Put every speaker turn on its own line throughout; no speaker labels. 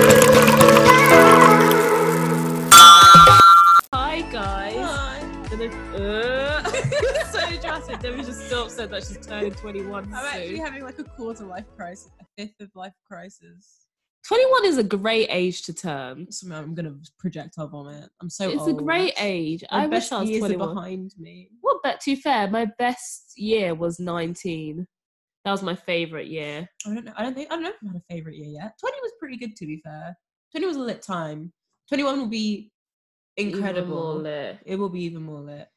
uh, that she's turning 21
I'm actually
soon.
having like a quarter life crisis, a fifth of life crisis.
21 is a great age to turn.
So now I'm gonna projectile vomit. I'm so
it's
old.
a great age.
My
I wish
best
I was
years are
21.
behind me.
Well, but to be fair, my best year was 19. That was my favorite year.
I don't know. I don't think I don't know if I've had a favorite year yet. Twenty was pretty good to be fair. Twenty was a lit time. Twenty one will be
Even more
incredible.
lit.
It will be even more lit.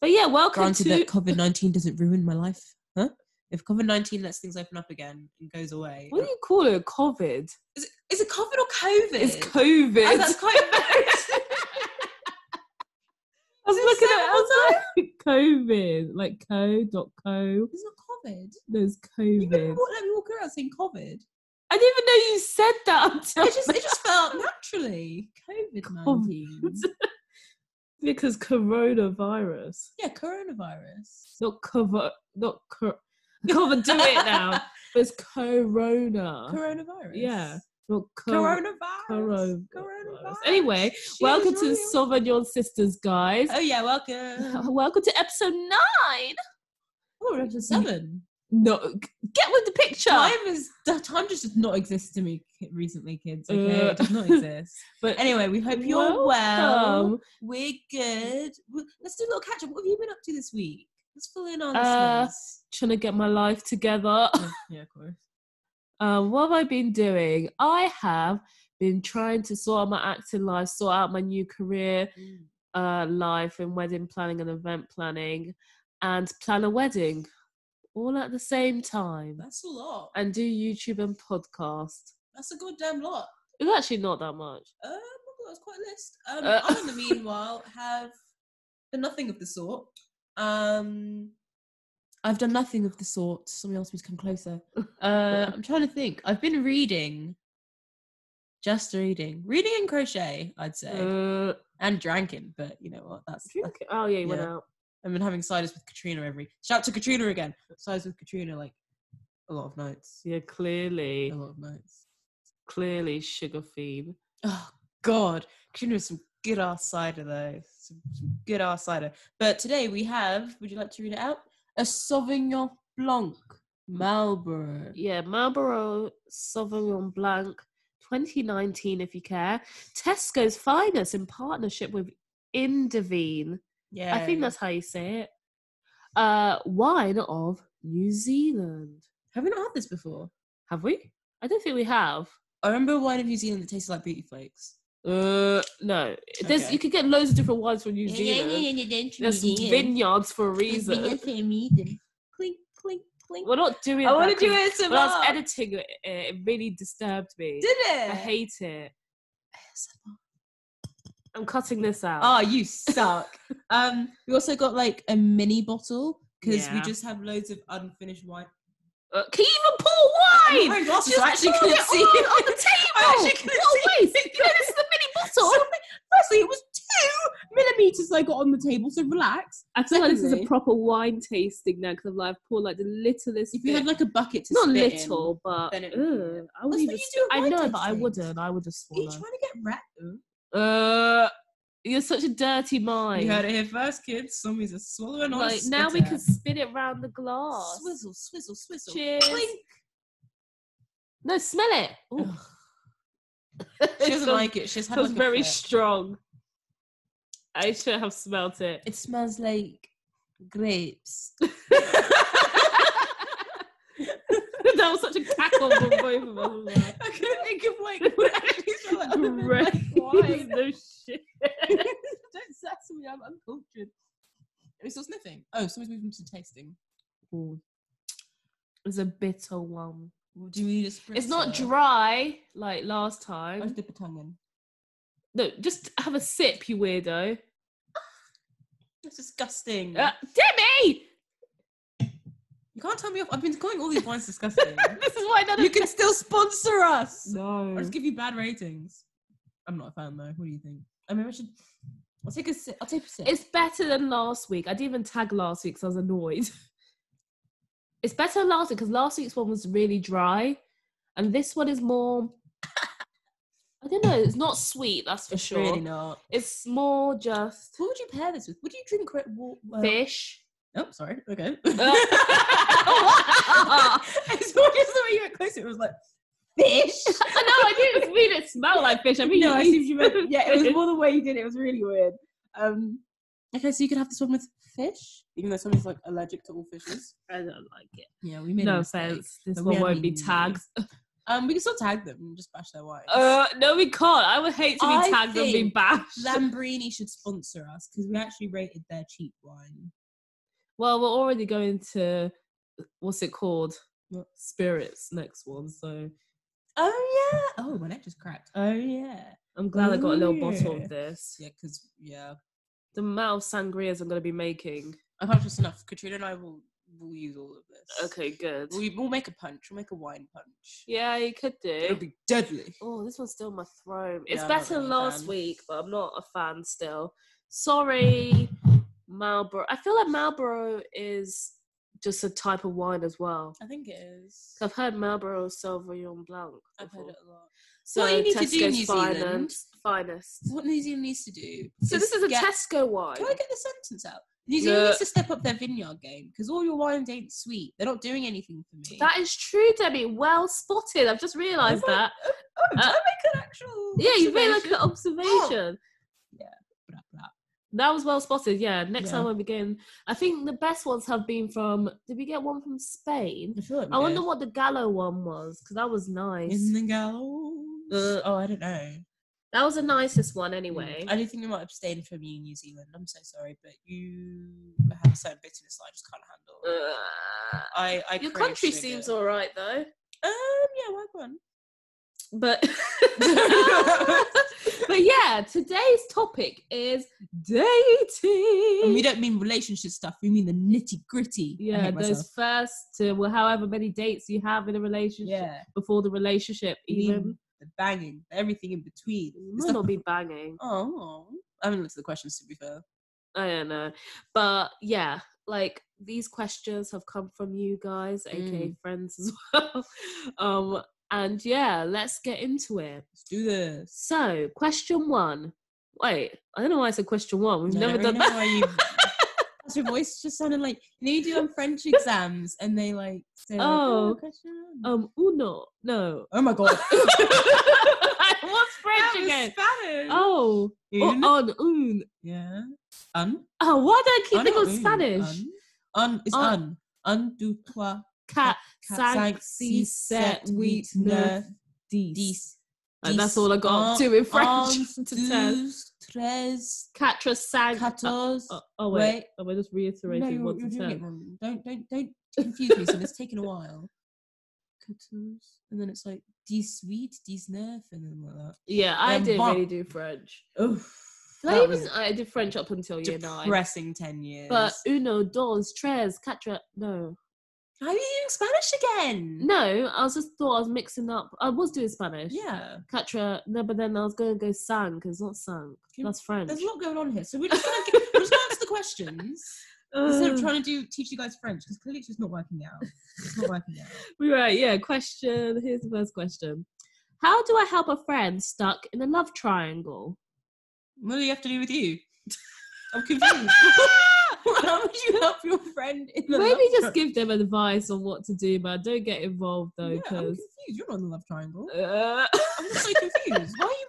But yeah, welcome
Granted
to
that COVID nineteen doesn't ruin my life, huh? If COVID nineteen lets things open up again and goes away,
what do you call it? COVID.
is, it, is it COVID or COVID?
It's
Oh,
COVID.
that's quite bad.
I was
Is it
looking
so
at I was like, COVID, like co dot co.
it's not COVID.
There's
You let me
COVID.
walk around saying COVID.
I didn't even know you said that until
It just it just felt naturally COVID nineteen.
because coronavirus,
Yeah, coronavirus.
not cover, not cor. I can't even do it now. It's corona,
Coronavirus.
Yeah. not co-
Coronavirus.
coronavirus.
Coronavirus.
Anyway,
She
welcome
is
to
real.
Sauvignon Sisters, guys.
Oh yeah, welcome.
Welcome to episode nine.
Oh, we're up to seven.
No, g- get with the picture.
Time is the time just does not exist to me ki- recently, kids. Okay,
Uh.
it does not exist.
But um,
anyway, we hope you're well.
welcome.
We're good. W- Let's do a little catch up. What have you been up to this week? Let's fill in on
Uh,
this.
trying to get my life together.
yeah, of course.
Um, what have I been doing? I have been trying to sort out my acting life, sort out my new career uh, life in wedding planning and event planning, and plan a wedding all at the same time,
That's a lot.
and do YouTube and podcast.
That's a goddamn lot.
It's actually not that much.
Um, oh my God, that's quite a list. Um,
Uh.
I, in the meanwhile, have done nothing of the sort. Um, I've done nothing of the sort. Somebody else, please come closer. Uh, I'm trying to think. I've been reading, just reading, reading and crochet. I'd say,
Uh,
and drinking. But you know what? That's.
drink- oh yeah, you went
Yeah.
out.
I've been having ciders with Katrina every. Shout to Katrina again. Ciders with Katrina, like a lot of nights.
Yeah, clearly,
A lot of nights.
clearly sugar fiend.
Oh God, Katrina was some good ass cider though. Some, some good ass cider. But today we have. Would you like to read it out? A Sauvignon Blanc Marlborough.
Yeah, Marlboro Sauvignon Blanc 2019, if you care. Tesco's Finest in partnership with Indivine.
Yeah,
I think that's how you say it. Uh, wine of New Zealand.
Have we not had this before?
Have we? I don't think we have.
I remember a wine in New Zealand that tasted like Beauty Flakes.
Uh, no. There's,
Okay.
You could get loads of different wines from New Zealand. There's vineyards for a reason.
Clink, clink, clink.
We're not doing
I want
that
to do
'cause
it some
When I was editing it, it really disturbed me.
Did it?
I hate it. I'm cutting this out.
Oh, you suck. um, we also got like a mini bottle because we
Yeah.
just have loads of unfinished wine.
Uh, can you even pour wine?
My glasses
Just
I actually
poured
couldn't
it
see.
all on the
I
table.
actually couldn't
What a
see.
waste. You know, this is the mini bottle.
So, firstly, it was two millimeters I got on the table, so relax.
I feel like this is a
Secondly-
proper wine tasting now because I've like poured like the littlest.
If you
bit.
had like a bucket to
not
spit in,
little, but
then it
ugh,
would be
I would
That's what
even.
you do at
I
wine
know, but I
tastings.
wouldn't. I would just
Are you
swallow.
trying to get rat?
Uh, you're such a dirty mind.
You heard it here first, kids. Zombies are swallowing on a
Like, now we
spitter.
can spin it round the glass.
swizzle, swizzle, swizzle.
Cheers.
Clink.
No, smell it. Ooh.
Ugh, She doesn't like it. She's had
Feels
like a
very
fit.
strong. I should have smelt it.
It smells like grapes.
that was such a cackle from both of us.
I couldn't think of like what actually smelled like other than,
Great.
like, wine.
no shit.
Don't sex me. I'm uncultured. Are we still sniffing? Oh, somebody's moving to tasting.
It's a bitter one.
Do we need a spritzer?
It's not dry like last time.
Just dip a tongue in.
No, just have a sip, you weirdo.
That's disgusting.
Uh, Demi!
you can't tell me off. I've been calling all these wines disgusting.
This is why none
you
of
can still sponsor us. Or
No.
just give you bad ratings. I'm not a fan though. What do you think? I mean, I should. I'll take a sip. I'll take a sip.
It's better than last week. I didn't even tag last week because I was annoyed. It's better than last week because last week's one was really dry. And this one is more. I don't know. It's not sweet, that's for
It's
sure.
really not.
It's more just
What would you pair this with? Would you drink red wa- uh,
fish.
Oh, sorry. Okay.
Wow.
as long as the way you went closer, it was like fish.
no, I didn't mean it smelled like fish. I mean,
no, I
you-
assumed you meant. Yeah, it was more the way you did it. It was really weird. Um, okay, so you could have this one with fish, even though someone's like allergic to all fishes.
I don't like it.
Yeah, we
No offense. This
but we
one
had
won't be
meaning.
tagged.
Um, we can still tag them and just bash their wives.
Uh, no, we can't. I would hate to be
I
tagged and be
think
bashed.
Lambrini should sponsor us because we actually rated their cheap wine.
Well, we're already going to what's it called?
What?
Spirits next one. So
Oh yeah. Oh, my neck just cracked. Oh yeah.
I'm glad I got a little bottle
Yeah.
of this.
Yeah, because yeah,
The amount of sangrias I'm going to be making.
I've had just enough. Katrina and I will will use all of this.
Okay, good.
We, we'll make a punch. We'll make a wine punch.
Yeah, you could
It'll
do.
be deadly.
Oh, this one's still in my throat. It's
Yeah, I'm not
better
really
than
a
last
fan.
week, but I'm not a fan still. Sorry, Marlboro. I feel like Marlboro is just a type of wine as well.
I think it is.
I've heard Marlboro Sauvignon Blanc.
I've heard
before.
it a lot.
So
What you need to do,
Tesco's
New Zealand-
finest- finest.
What New Zealand needs to do.
So this is a
get-
Tesco wine.
Can I get the sentence out? New Zealand
No.
needs to step up their vineyard game because all your wines ain't sweet. They're not doing anything for me.
That is true, Debbie. Well spotted. I've just realised
Is it?
that.
oh, did
uh,
I make an actual?
Yeah, you made like
observation?
an observation.
Blah, blah.
That was well spotted. Yeah. Next
Yeah.
time when we get in, I think the best ones have been from. Did we get one from Spain?
I feel like we
I wonder
did.
what the Gallo one was because that was
in
nice.
the gallows.
Uh,
oh, I don't know.
That was the nicest one anyway.
I do think we might abstain from you, New Zealand. I'm so sorry, but you have a certain bitterness that I just can't handle.
Uh,
I, I
your
crave
country
sugar.
seems all right though,
Um, yeah, why one?
but but yeah, today's topic is
and we
dating.
don't mean relationship stuff. We mean the nitty gritty.
Yeah, those first to well, however many dates you have in a relationship
yeah,
before the relationship
we mean
even
the banging, everything in between.
you
The
might
stuff-
not be banging.
Oh, I haven't looked at the questions to be fair.
I don't know, but yeah, like these questions have come from you guys, aka friends as well. um, and yeah, let's get into it.
Let's do this.
So, question one. Wait, I don't know why I said question one. We've
No, I
never
don't
done that.
really know why you- That's your voice just sounded like you know you do on French exams and they like say like,
Oh.
question one."
Um, uno. No.
oh my god
I was French
That was
again.
Spanish.
Oh,
Un.
oh, on, un.
yeah un
Oh, why do I keep
Un or
thinking of
un?
Spanish?
un, un. it's
Un.
un un deux trois
Cat,
quatre
cinq, six, sept, huit, neuf, dix.
dix
And that's
dix.
all I got to in French
onze,
to tell.
douze, treize
Quatre, cinq. Oh,
quatorze
oh, oh, wait.
wait.
Oh, we're just reiterating
No, you're,
one
you're
to
doing it
ten.
wrong. Don't don't don't confuse me. So it's taken a while. Quatorze, And then it's like sweet, 18, 19, and then like that.
Yeah, I
Um,
didn't
but-
really do French.
Oof.
Did I even I did French up until year nine.
depressing ten years.
But uno, dos, tres, quatre. No,
how are you doing Spanish again?
no. I was just thought I was mixing up. I was doing Spanish.
Yeah,
Quatre. No, but then I was going to go sang because not sang.
Can-
That's French.
there's a lot going on here. So we're just gonna, get, we're just gonna answer the questions instead of trying to do teach you guys French because clearly it's just not working out. It's not working out.
right. Yeah. Question. Here's the first question. How do I help a friend stuck in a love triangle?
What do you have to do with you? I'm confused. how would you help your friend in the
Maybe
love
just
tri-
give them advice on what to do, but don't get involved though,
Yeah, I'm
because.
confused. You're not in the love triangle.
Uh,
I'm just so confused. Why are you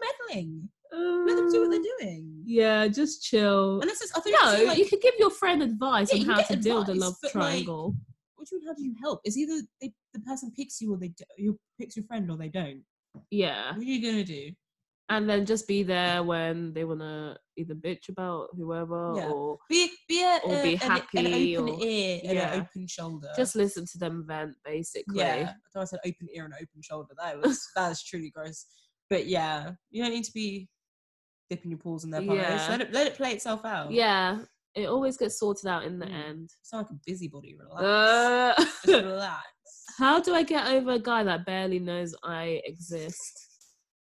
meddling? Let them do what they're doing.
Uh, yeah, just chill.
Unless it's, I thought
No,
it was like,
you could give your friend advice
Yeah,
on
you
how
get
to deal with the
advice,
love
but, like-
triangle.
what do you mean? How do you help? It's either they, the person picks you or they do, you picks your friend or they don't.
yeah,
What are you gonna do?
and then just be there when they wanna either bitch about whoever
Yeah.
or
Be be a,
Or
a-
be
an- an,
happy
open
or-
ear and
yeah.
an open shoulder.
just listen to them vent, basically.
yeah. I thought I said open ear and open shoulder. That was that is truly gross. But yeah, you don't need to be dipping your paws in their pies.
Yeah.
Let it let it play itself out.
Yeah, it always gets sorted out in the
Mm.
end.
sound like a busybody. Relax.
Uh,
Just relax.
how do I get over a guy that barely knows I exist?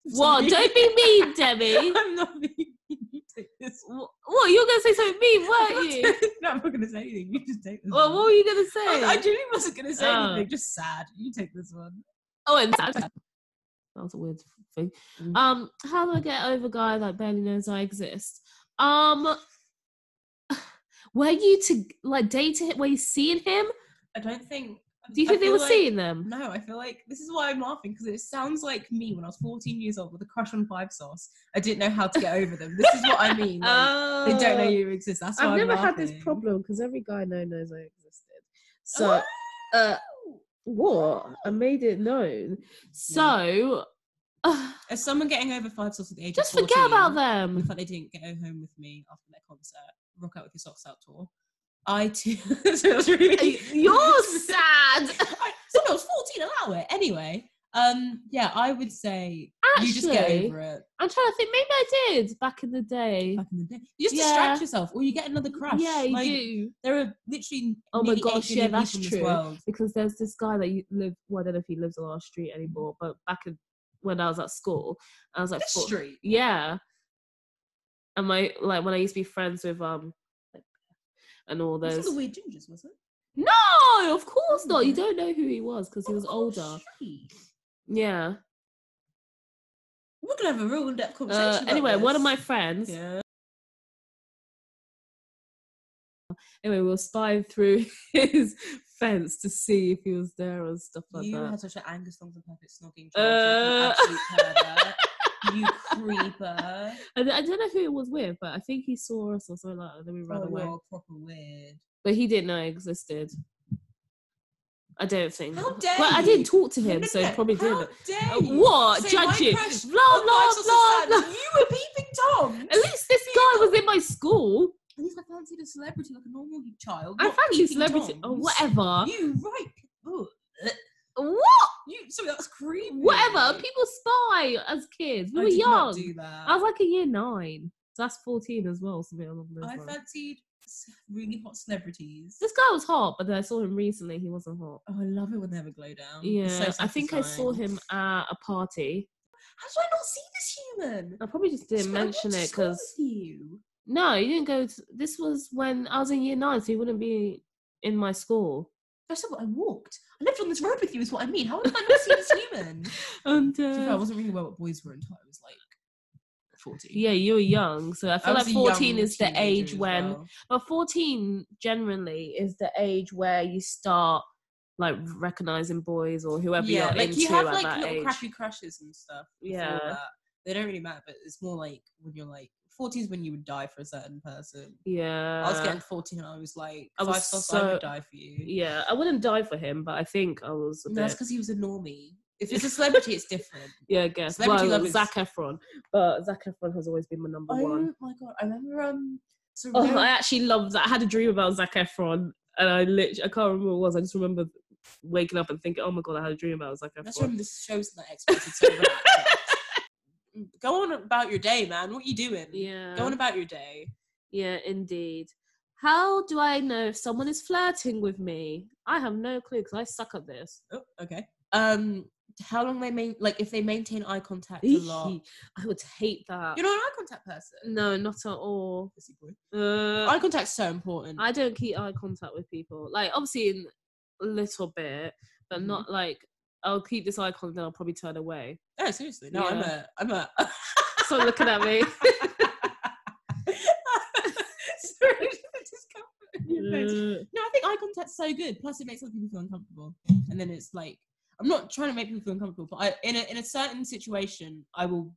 Sorry.
What? Don't be mean, Debbie.
I'm not being. You take this.
Wh- What? You were gonna say something mean, weren't you?
no, I'm not gonna say anything. You just take this.
Well,
one.
what were you gonna
I, I
say?
genuinely wasn't gonna say
Oh.
anything. Just sad. You take this one.
Oh, and that was a weird thing.
Mm.
Um, how do I get over a guy that barely knows I exist? Um, Were you to like dating? Were you seeing him?
I don't think.
Do you think
I
they
feel
were
like-
seeing them?
No, I feel like this is why I'm laughing because it sounds like me when I was 14 years old with a crush on Five Sauce. I didn't know how to get over them. This is what I mean. like,
Oh,
they don't know you exist. That's why
I've
I'm
never had this
laughing.
problem because every guy I know knows I existed. So.
Oh,
uh what i made it known so uh,
As someone getting over Five Sauce at the age
just
of 14,
forget about
The
them
fact they didn't get home with me after their concert, Rock Out With Your Socks Out tour. I too. so it was really,
you're sad
I, so I was 14, allow it. Anyway, um, yeah, I would say you just get
Actually,
over it
i'm trying to think maybe i did back in the day
back in the day. You just
Yeah.
distract yourself or you get another crush.
yeah you
Like,
do
There are literally
Oh my
nearly eight
gosh, yeah,
billion
that's
people in this
true.
world.
because there's this guy that you live well i don't know if he lives on our street anymore but back in, when i was at school i was like
This
four-
street.
yeah and my like when i used to be friends with um like, and all
This
those Mm.
is the weird gingers, was it?
no of course not you
Mhm.
don't know who he was because he was
Of course,
older
street.
yeah
We're gonna have a real in-depth
Uh,
conversation. about
anyway, one of
this.
my friends.
yeah.
Anyway, we will spying through his fence to see if he was there and stuff like
you
that. Uh,
had such an anger songs and perfect snogging childhood, you absolute pervert. you creeper.
I, don't- I don't know who it was with, but I think he saw us or something like that. And then we ran
Oh,
away.
you're proper weird.
But he didn't know I existed. I don't think.
How dare
Well, I
you?
didn't talk to
No,
him,
no,
so
no,
he probably
how
didn't.
Dare
Uh,
you?
what?
Say my
Judging?
crush
Blah,
on
blah,
Five Sauce
blah,
Sand.
blah.
You were peeping Tom.
At least this guy was in my school.
At least I fancied a celebrity like a normal child.
I
not
fancy
peeping
celebrity. Oh,
Toms.
whatever.
You right? Ugh.
What?
You so that's creepy.
Whatever. People spy as kids. We
I
were
did
young.
Not do that.
I was like a year nine. So that's 14 as well. Something along those
Oh, I
lines.
fancied s- really hot celebrities.
This guy was hot, but then I saw him recently. He wasn't hot.
Oh, I love it when they have a glow down. It's
Yeah,
Oh, so
I think I saw
satisfying.
him at a party.
How did I not see this human?
I probably just didn't
I went
mention
to
it
school
because
with you.
no, you didn't go. To, this was when I was in year nine, so he wouldn't be in my school.
That's not what I walked. I lived on this road with you, is what I mean. How did I not see this human? To
And
be fair, I
uh,
wasn't really aware what boys were until I was like 14.
yeah, you were young, so I feel
was
like
a
14
young
is the
teenager
age
as
when.
well.
But 14 generally is the age where you start like recognizing boys or whoever
yeah,
you're
like
into
you have
at
like
that
little
age.
crappy crushes and stuff. before
Yeah.
that. they don't really matter, but it's more like when you're like 14 is when you would die for a certain person.
yeah,
I was getting 14 and I was like,
I
I
was
was I
so-
would die for you.
Yeah, I wouldn't die for him, but I think I was. A
No, that's
bit,
because he was a normie. If it's a celebrity, it's different.
yeah, I guess.
celebrity
well,
love is-
Zac Efron, but Zac Efron has always been my number one.
Oh my god, I remember um. So
Oh,
there-
I actually love that. I had a dream about Zac Efron, and I literally I can't remember what it was. I just remember waking up and thinking, "Oh my god, I had a dream about Zac
that's
Efron."
from the shows that I expected so much. Go on about your day, man. What you doing?
Yeah,
Go on about your day.
yeah, indeed. How do I know if someone is flirting with me? I have no clue because I suck at this.
Oh, okay. Um, how long they main like if they maintain eye contact a lot.
I would hate that.
You're not an eye contact person.
no, not at all.
Pussy boy.
Uh,
Eye contact's so important.
I don't keep eye contact with people. Like obviously in a little bit, but
Mhm.
not like I'll keep this eye contact and I'll probably turn away.
oh, seriously. No, I'm a. I'm a.
Stop looking at me.
Sorry, just come.
Uh,
No, I think eye contact's so good. Plus, it makes other people feel uncomfortable, and then it's like I'm not trying to make people feel uncomfortable, but I, in a in a certain situation, I will.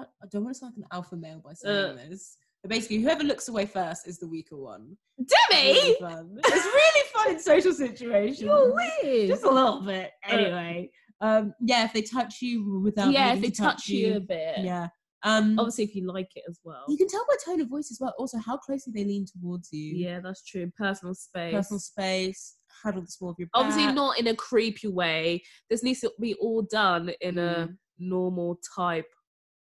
I don't want to sound like an alpha male by saying this, but basically, whoever looks away first is the weaker one. It's really
Demi,
fun. It's really fun in social situations.
you're weird.
Just a little bit,
Uh,
anyway. Um, yeah, if they touch you without
yeah, if
needing
they
to
touch you a bit. Oh,
yeah. Um,
Obviously, if you like it as well.
you can tell by tone of voice as well. Also, how closely they lean towards you.
Yeah, that's true. Personal space.
personal space, handle the small of your back.
Obviously, not in a creepy way. This needs to be all done in a
Mm.
normal type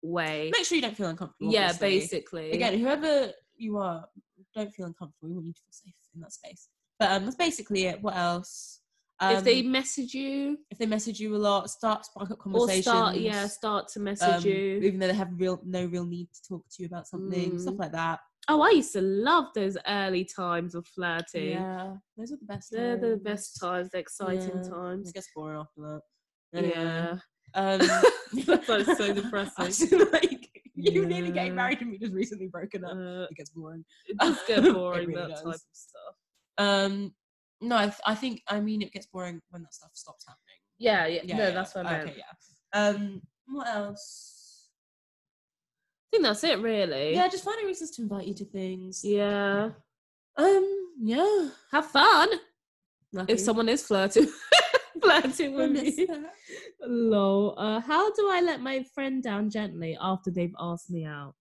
way.
Make sure you don't feel uncomfortable.
yeah,
obviously.
basically.
Again, whoever you are, don't feel uncomfortable. We want you to feel safe in that space. But um, that's basically it. What else? Um,
if they message you,
if they message you a lot, start spark up
or
conversations.
start yeah start to message
um,
you
even though they have real no real need to talk to you about something,
Mm.
stuff like that.
oh i used to love those early times of flirting
Yeah, those are the best.
they're the
times.
best times the exciting
Yeah.
times
It gets boring after that. Anyway,
yeah
Um,
That sounds so depressing.
I feel like you nearly getting married and we just recently broken up.
Uh,
It gets boring.
it does get
It
boring
really
that
does.
type of stuff.
Um, no, I, th- I think I mean it gets boring when that stuff stops happening.
Yeah, yeah, no, that's what I meant.
okay, yeah. Um, what else?
I think that's it, really.
Yeah, just finding reasons to invite you to things.
Yeah.
Um, yeah.
Have fun
Nothing.
if someone is flirting, flirting
I
with
miss
me.
that.
Lol. Uh, how do I let my friend down gently after they've asked me out?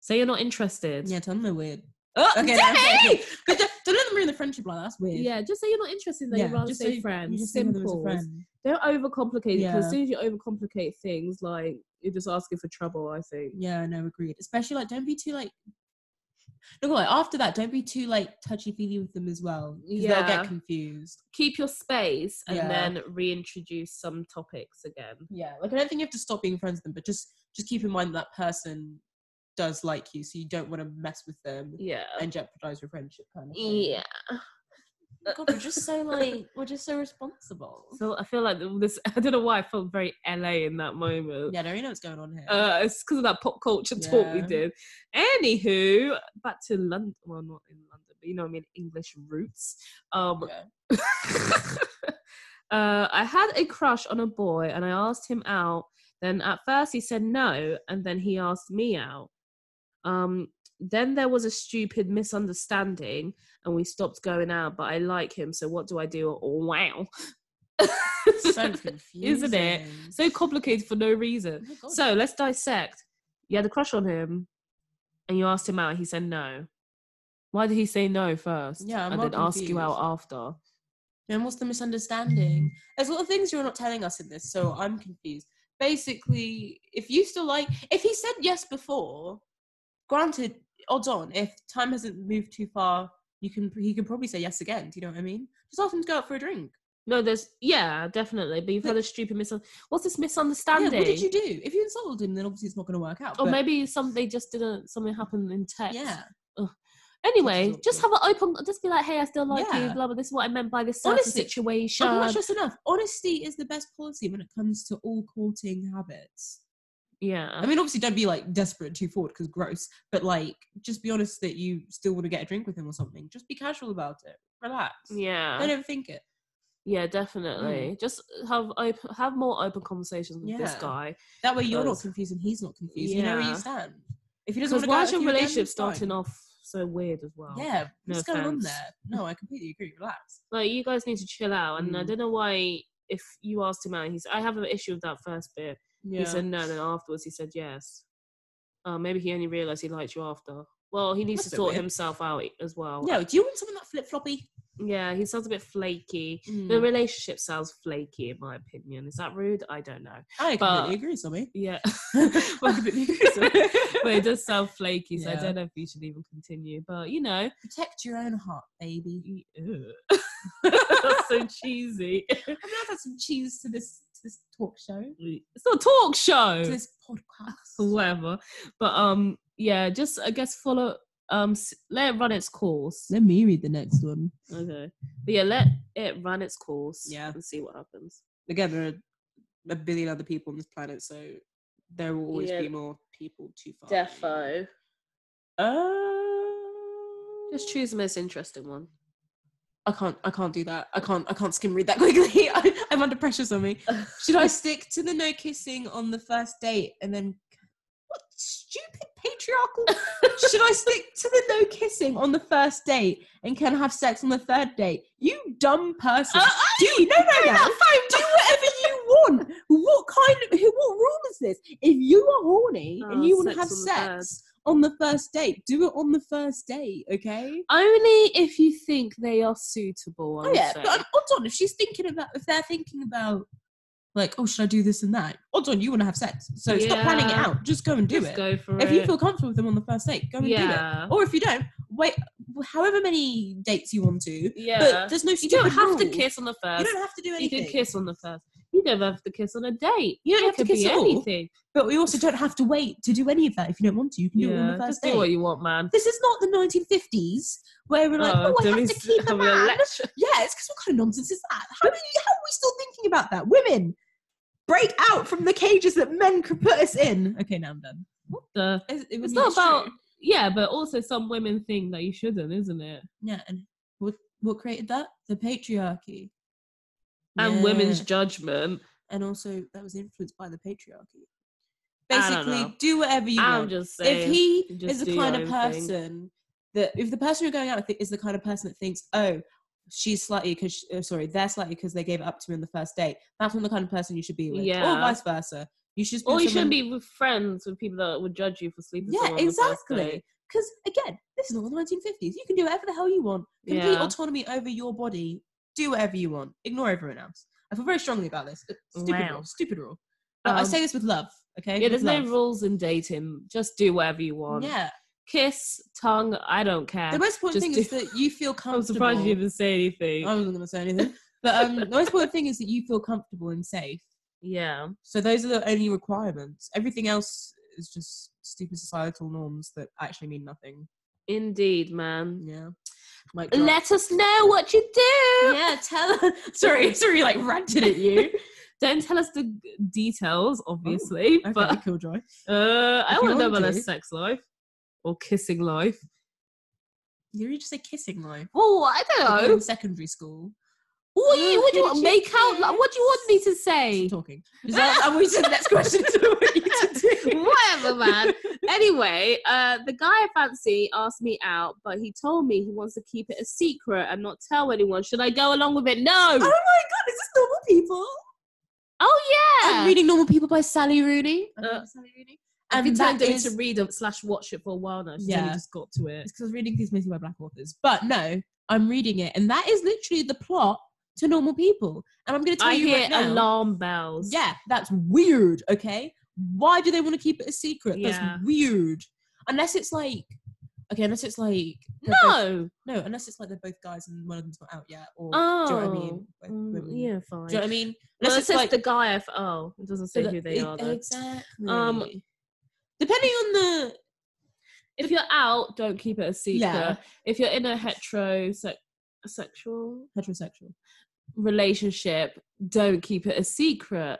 Say you're not interested.
Yeah, tell them they're weird.
Oh,
Okay, no, okay,
dang!
okay. But don't, don't let them ruin the friendship like that. That's weird.
Yeah, just say you're not interested. That you'd rather
just
stay
so you-
friends.
You just think of them as a
Simple.
friend.
Don't overcomplicate it because
Yeah.
as soon as you overcomplicate things, like you're just asking for trouble. I think.
Yeah, no, agreed. Especially like, don't be too like. Look, like after that, don't be too like touchy feely with them as well. 'cause they'll
Yeah.
get confused.
Keep your space and
Yeah.
then reintroduce some topics again.
Yeah, like I don't think you have to stop being friends with them, but just just keep in mind that person does like you, so you don't want to mess with them
Yeah.
and jeopardize your friendship. Kind of thing.
Yeah.
God, we're just so like we're just so responsible.
So I feel like this. I don't know why I felt very LA in that moment.
Yeah, I don't really know what's going on here.
Uh, it's because of that pop culture talk we
Yeah.
did. Anywho, back to London. Well, not in London, but you know what I mean. English roots. Um,
Yeah.
uh, I had a crush on a boy, and I asked him out. Then at first he said no, and then he asked me out. Um, then there was a stupid misunderstanding, and we stopped going out. But I like him, so what do I do? Oh, wow.
so confusing,
Isn't it? so complicated for no reason.
Oh my God.
So let's dissect. You had a crush on him, and you asked him out. He said no. Why did he say no first?
Yeah, I'm
and
all
then ask you out
confused.
after.
And what's the misunderstanding? There's a lot of things you're not telling us in this, so I'm confused. Basically, if you still like, if he said yes before, granted, odds on, if time hasn't moved too far, you can he could probably say yes again. Do you know what I mean? Just ask him to go out for a drink.
No, there's yeah, definitely. But you've had a stupid misunderstanding. What's this
Yeah,
misunderstanding?
what did you do? If you insulted him, then obviously it's not going to work out.
or
but-
maybe some they just didn't. Something happened in text.
yeah.
Anyway,
Which is
just have an open. Just be like, hey, I still like you.
Yeah.
Blah blah. This is what I meant by this certain
Honestly, I'm
situation.
I'm not just enough. Honesty is the best policy when it comes to all courting habits.
yeah.
I mean, obviously, don't be like desperate and too forward because gross, but like, just be honest that you still want to get a drink with him or something. Just be casual about it. Relax.
yeah.
Don't overthink it.
Yeah, definitely. Just have open, have more open conversations with this
Yeah.
guy.
That way, you're not
Because-
confused and he's not confused. You know where
Yeah.
you stand. If he doesn't
Because
want to
why
go
is
out
your
with you again,
relationship
it's fine.
starting off so weird as well?
Yeah,
No
what's going on
offense.
there? No, I completely agree. Relax.
Like you guys need to chill out, and I
Mm.
don't know why. If you asked him out, he's I have an issue with that first bit.
Yeah.
He said no, then afterwards he said yes. Uh, maybe he only realised he liked you after. Well, he needs to
That's a bit
sort
weird.
himself out e, as well.
yeah, do you want someone that Mm. flip floppy?
yeah, he sounds a bit flaky.
Hmm.
The relationship sounds flaky, in my opinion. Is that rude? I don't know.
I completely
but-
agree, Sammy.
Yeah.
I completely agree, Sammy.
but it does sound flaky, so I
Yeah.
don't know if you should even continue. But you know,
Protect your own heart, baby.
y- ugh. that's so cheesy.
I'm gonna add some cheese to this to this talk show,
It's not a talk show,
to this podcast.
whatever. But um, yeah, just I guess follow um, s- let it run its course.
Let me read the next one.
Okay, but yeah, let it run its course.
Yeah.
and see what happens.
again, there are a billion other people on this planet, so there will always
Yeah.
be more people to find.
Defo.
Uh,
Just choose the most interesting one.
I can't. I can't do that. I can't. I can't skim read that quickly. I, I'm under pressure, on me. Should I stick to the no kissing on the first date and then? What stupid patriarchal? Should I stick to the no kissing on the first date and can have sex on the third date? You dumb
Uh,
person. do no, no, no. Do whatever you want. What kind of who- what rule is this? If you are horny
Oh,
and you want to
sex
have
on the
sex on the first date, do it on the first date, okay?
Only if you think they are suitable. I
Oh
would
yeah,
say.
but odds on if she's thinking about if they're thinking about like oh should I do this and that? Odds on you want to have sex, so stop planning it
Yeah.
out. Just go and do
Just
it.
go for
If
it.
you feel comfortable with them on the first date, go and do
yeah.
it. Or if you don't, wait however many dates you want to.
Yeah.
But there's no
you don't
stupid
have to
rule.
kiss on the
You
first.
don't have to do
You
anything.
can kiss on the first. You don't have to kiss on a date.
You don't
It
have to
could be
kiss at all.
anything.
But we also don't have to wait to do any of that if you don't want to. You can do it on
Yeah,
the first
just
day.
do what you want, man.
This is not the 1950s where we're like, oh, I
don't
have
we
to
s-
keep a
have an
man.
election?
yeah, it's because what kind of nonsense is that? How are, you, how are we still thinking about that? Women, break out from the cages that men could put us in. Okay, now I'm done.
what the?
It, it
It's
would-
not about
true.
yeah, but also some women think that you shouldn't, isn't it?
yeah, and what what created that? The patriarchy
And
Yeah.
women's judgment.
and also that was influenced by the patriarchy.
I don't
Basically,
know.
do whatever you
I'm
want.
just saying.
If he
just
is the
do your
kind of
own thing.
person that, if the person you're going out with is the kind of person that thinks, oh, she's slightly because, uh, sorry, they're slightly because they gave it up to me on the first date. That's not the kind of person you should be with, or
Yeah.
vice versa. You should, just be
or
with
you shouldn't
someone-
be with friends with people that would judge you for sleeping.
Yeah,
someone on the first
exactly.
date.
Because again, this is all the 1950s. You can do whatever the hell you want. Complete
Yeah.
autonomy over your body. Do whatever you want. Ignore everyone else. I feel very strongly about this. Stupid
Wow.
rule. Stupid rule. But I
Um,
say this with love. Okay.
Yeah, there's
With
no
love.
rules in dating. Just do whatever you want.
Yeah.
Kiss, tongue, I don't care.
The most important
Just
thing
do-
is that you feel
I'm
comfortable. Oh.
surprised you didn't say anything.
I wasn't going to say anything. But um, the most important thing is that you feel comfortable and safe.
yeah.
So those are the only requirements. Everything else is just stupid societal norms that actually mean nothing.
Indeed, man.
Yeah. Mic drop.
Let us know what you do.
yeah, tell. sorry, sorry, like ranted at you.
Don't tell us the g- details, obviously,
Oh, Okay,
but
Killjoy.
uh, I want to know
If you want
about their
to.
sex life or kissing life.
You really just say kissing life.
Oh, I
Like
don't
in
know.
secondary school.
What do you,
Uh,
what do you
who
want?
did you
Make out? Like, what do you want me to
Keep
say?
talking. Just ask- I'm always the next question. is what you to
Whatever, man. Anyway, uh, the guy I fancy asked me out, but he told me he wants to keep it a secret and not tell anyone. Should I go along with it?
Oh
No.
my god, is this normal people?
Oh yeah.
I'm reading Normal People by Sally Rooney.
Uh,
Uh, Sally Rooney.
I've been
And
trying
that
to
is
to read or slash watch it for a while now. She's only
Yeah.
just got to it.
because I was reading these mostly by black authors. But no, I'm reading it, and that is literally the plot to Normal People. And I'm going to tell
I
you
hear
right now.
alarm bells.
Yeah, that's weird, okay? Why do they want to keep it a secret?
Yeah.
That's weird. Unless it's like okay, unless it's like they're both-
No.
no, unless it's like they're both guys and one of them's not out yet or
Oh.
do you know what I mean? Like,
Mm,
women.
yeah,
Do
fine.
you know what I mean?
Well,
Unless
it
it's
says
like
the guy. If, oh, it doesn't say
so
who
that-
they
e-
are. Though.
Exactly.
Um,
depending on the
if you're out, don't keep it a secret.
Yeah.
If you're in a heterosexual
heterosexual.
relationship, don't keep it a secret.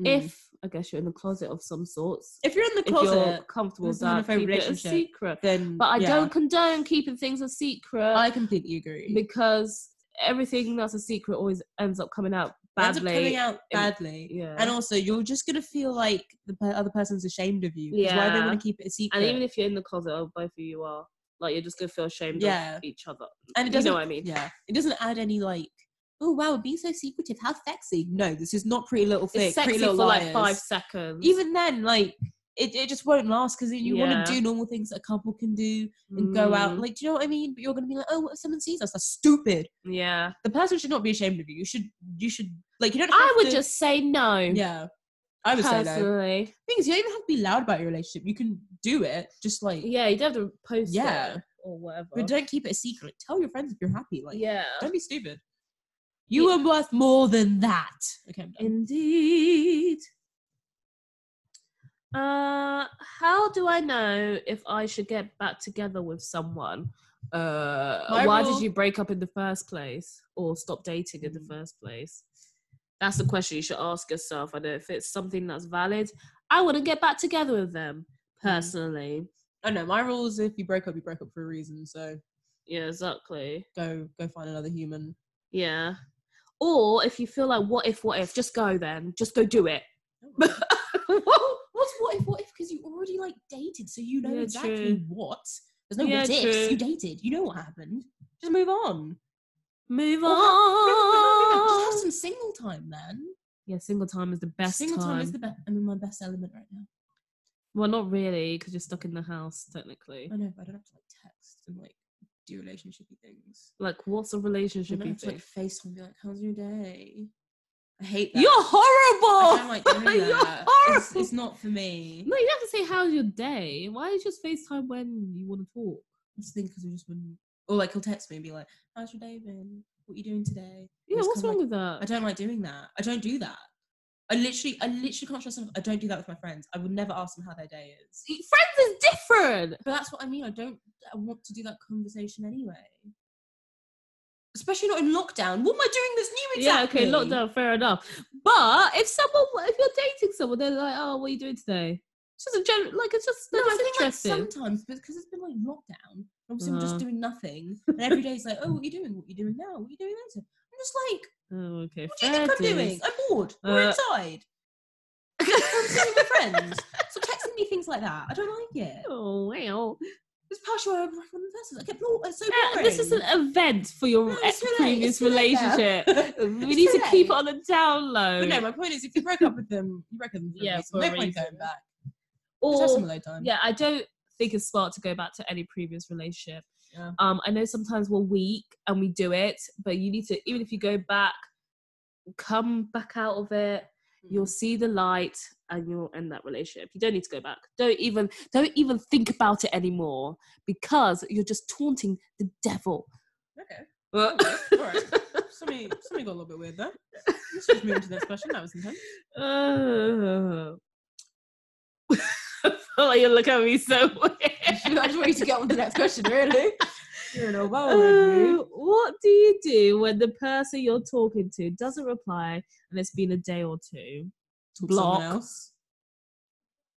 Mm.
If I guess you're in a closet of some sorts,
if you're in the
if you're
closet,
comfortable with
this is an
that,
affair
keep it a
relationship.
secret.
then
But I
yeah,
don't condone keeping things a secret.
I completely agree.
because everything that's a secret always ends up coming out
It ends up
badly.
coming out
in-
badly.
yeah.
And also, you're just gonna feel like the per- other person's ashamed of you. 'cause Why they
Yeah.
want to keep it a secret?
and even if you're in the closet, oh, both of you are like you're just gonna feel ashamed
Yeah.
of each other.
and it
you
doesn't.
know what I mean?
Yeah, it doesn't add any like. Oh wow, being so secretive. How sexy? No, this is not Pretty Little Thing.
It's sexy
pretty
for
Little
like
Liars.
five seconds.
Even then, like it, it just won't last because you
Yeah. Mm.
want to do normal things that a couple can do and go
Hmm.
out. Like, do you know what I mean? But you're gonna be like, oh, what if someone sees us? That's stupid.
yeah,
The person should not be ashamed of you. You should. You should like. You don't. Have
I would
to-
just say no.
Yeah. I would say no.
personally.
thing is, you don't even have to be loud about your relationship. You can do it, just like
Yeah, you don't have to post.
Yeah.
it or whatever.
but don't keep it a secret. Tell your friends if you're happy. Like,
yeah,
don't be stupid. You are worth more than that. Okay, I'm done.
indeed. Uh, how do I know if I should get back together with someone? Uh,
My
why
rule-
did you break up in the first place or stop dating in the
Mm.
first place? That's the question you should ask yourself. And if it's something that's valid, I wouldn't get back together with them
Mm.
personally.
I know my rule is if you break up, you break up for a reason. So
Yeah, exactly.
go go find another human.
Yeah. Or if you feel like, what if, what if, just go then, just go do it.
What's what if what if? Because you already like dated, so you know
Yeah,
exactly
true.
what. There's no
Yeah,
what ifs.
true.
You dated. You know what happened. Just move on.
Move
Or have-
on.
Just have some single time, man.
Yeah, single time is the best
single time,
time.
is the Ah. best. I'm in my best element right now.
well, not really, because you're stuck in the house technically.
I know, but I don't have to like text and like do relationshipy things.
Like, what's a
I
relationship?
don't
you
have to like
think?
FaceTime and be like, "How's your day?" I hate that.
You're
I
horrible.
don't like doing
You're
that. It's,
horrible.
it's not for me.
no, you don't have to say how's your day. Why is just FaceTime when you want to talk?
I just think because I just wouldn't. Or like he'll text me and be like, "How's your day been? What you doing today?"
Yeah,
It's
what's
kinda
wrong
like-
with that?
I don't like doing that. I don't do that. I literally, I literally can't trust myself. I don't do that with my friends. I would never ask them how their day is.
Friends is different.
But that's what I mean. I don't I want to do that conversation anyway. Especially not in lockdown. What am I doing that's new exactly?
Yeah, okay, lockdown, fair enough. But if someone, if you're dating someone, they're like, oh, what are you doing today? Just a general, like it's just,
No,
no,
I think like
interesting.
sometimes because it's been like lockdown. Obviously, I'm
Uh.
just doing nothing, and every day it's like, oh, what are you doing? What are you doing now? What are you doing later? I'm just like,
oh, okay.
what do you think I'm
fair
doing?
dues.
I'm bored. We're
Uh.
inside. I'm seeing my friends. So texting me things like that, I don't like it.
Oh wow!
This past year, I was one person. I kept, oh, it's so
Yeah,
boring.
this is an event for your
No, it's
ex-
too late,
previous
it's too late now.
relationship. we
It's
need
too
to keep it
late.
on a down low.
But no, my point is, if you broke up with them, you broke up with them.
Yeah,
Yeah,
for a
no point
reason.
going back. Just have some
or
low time.
yeah, I don't think it's smart to go back to any previous relationship.
Yeah.
Um, I know sometimes we're weak and we do it, but you need to even if you go back, come back out of it. You'll see the light and you'll end that relationship. You don't need to go back. Don't even don't even think about it anymore because you're just taunting the devil.
Okay.
Well,
Okay, all right. Somebody, somebody got a little bit weird there. Let's just move on to the next question. That was intense.
Uh, I feel like you look at me so weird.
just want you to get on to the next question, really. You're in a
Uh, what do you do when the person you're talking to doesn't reply and it's been a day or two? Block.
else.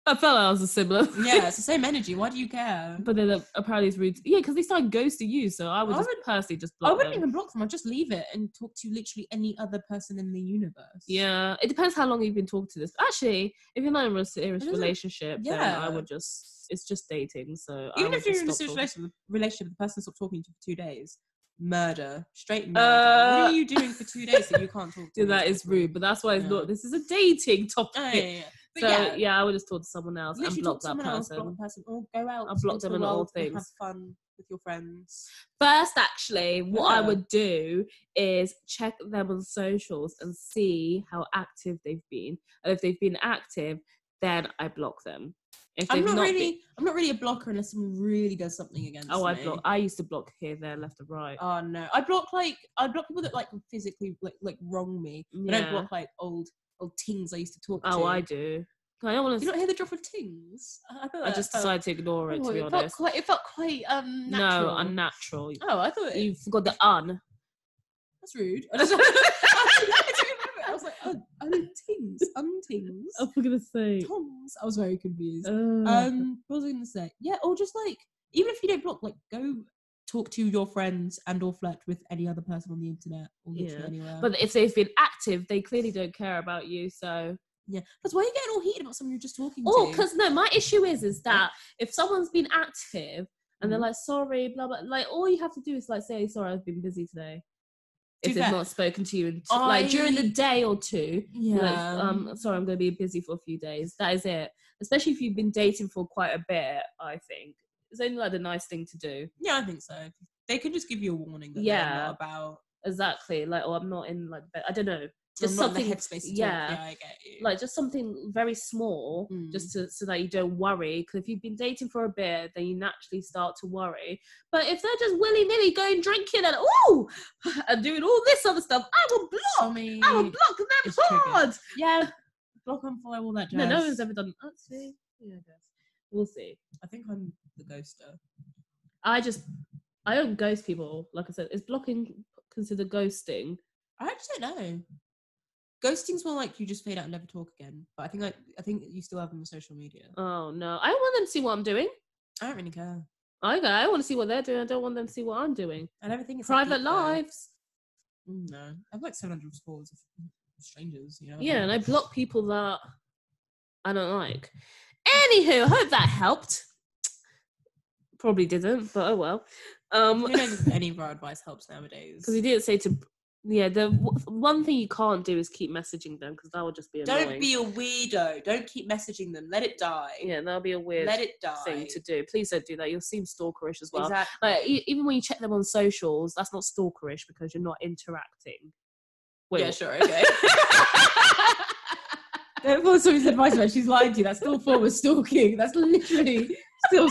I felt like I was a similar.
Yeah, it's the same energy. Why do you care?
But then uh, apparently it's rude. Yeah, because they started ghosting you, so I would
I
just
would-
personally just
I
block
wouldn't
them.
even block them. I'd just leave it and talk to literally any other person in the universe.
Yeah, it depends how long you've been talking to this. Actually, if you're not in a serious
doesn't-
relationship, then I
Yeah.
would just. It's just dating, so I
Even
would
if you're
just
in a
stop
serious
talking.
relationship, the relationship, the person stopped talking to you for two days. Murder, straight murder.
Uh,
what are you doing for two days that you can't talk to?
Yeah,
me?
that is rude, but that's why it's
Yeah.
not. This is a dating topic.
Oh, yeah, yeah, yeah. But
So yeah.
yeah,
I would just talk to someone else
literally
and block
talk to
that
someone else,
person.
block the person, or go out.
I'll block
into
them
the
in all
world and
things.
Have fun with your friends.
First, actually, what I
Yeah.
would do is check them on socials and see how active they've been, and if they've been active, then I block them. If
I'm
they've
not, really,
been-
I'm not really a blocker unless someone really does something against
oh,
me.
I block. I used to block here, there, left, and right.
Oh no, I block like I block people that like physically like like wrong me. I
Yeah.
don't block like old old tings I used to talk to.
oh, I do. I don't want
You
to.
not hear the drop of tings? I, thought
I
that
just
felt-
decided to ignore it.
Oh,
to be
it felt
honest,
quite. It felt quite um natural.
no, unnatural.
Oh, I thought it,
You forgot the un.
that's rude. I, just, I, didn't remember it. I was like, oh, un tings, untings,
we're gonna say.
tongs. I was very confused.
Um,
Um, what was I going to say? Yeah, or just like even if you don't block, like go talk to your friends and or flirt with any other person on the internet or literally
Yeah,
anywhere.
But if they've been active, they clearly don't care about you. So,
yeah, that's why you're getting all heated about someone you're just talking
oh,
to.
because no, my issue is is that if someone's been active and
Mm.
they're like sorry, blah blah, like all you have to do is like say sorry, I've been busy today. If
To be
they've
fair,
not spoken to you, in t- like during the
I-
day or two,
yeah,
you're like, um, sorry, I'm going to be busy for a few days. That is it. Especially if you've been dating for quite a bit, I think it's only like the nice thing to do.
yeah, I think so. They can just give you a warning that
Yeah.
they're not about.
Exactly. Like, oh, I'm not in like, bed. I don't know, just
Just not
something
in the headspace. to talk.
yeah.
yeah, I get you.
like just something very small
Mm.
just to, so that you don't worry because if you've been dating for a bit then you naturally start to worry but if they're just willy-nilly going drinking and oh and doing all this other stuff i will block
Tommy,
i will block them
It's triggered.
hard
yeah, block and follow all that jazz.
no no one's ever done actually yeah I guess. we'll see
I think I'm the ghoster.
i just i don't ghost people like i said is blocking considered ghosting
I actually don't know. Ghosting's more like you just fade out and never talk again. But I think like I think you still have them on social media.
oh no i want them to see what i'm doing
I don't really care.
i go i want to see what they're doing i don't want them to see what i'm doing
I never think it's that
private
deep, though.
lives
Mm, No, I've like seven hundred scores of strangers. You know.
Yeah, and I block people that I don't like. Anywho, I hope that helped. Probably didn't, but oh well. Um,
Who knows if any of our advice helps nowadays?
because he didn't say to. Yeah, the w- one thing you can't do is keep messaging them because that would just be annoying.
Don't be a weirdo. Don't keep messaging them. Let it die.
Yeah, that'll be a weird
Let it die.
thing to do. Please don't do that. You'll seem stalkerish as well.
Exactly.
Like e- even when you check them on socials, that's not stalkerish because you're not interacting. Wait,
yeah, sure. Okay. Don't follow someone's advice when she's lying to you. That's still a form of stalking. That's literally still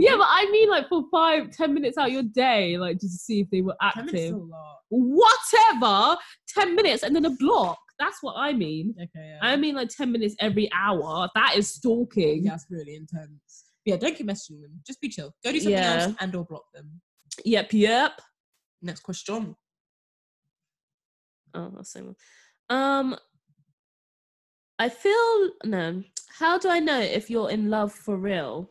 yeah, but I mean, like for five, ten minutes out of your day, like just to see if they were
Ten minutes is
active.
still a lot.
whatever 10 minutes and then a block that's what i mean
Okay.
i mean like 10 minutes every hour that is stalking
Yeah, it's really intense. But yeah, don't keep messaging them. Just be chill. Go do something
Yeah.
else and or block them.
yep yep
Next question.
oh that's so um i feel no How do I know if you're in love for real?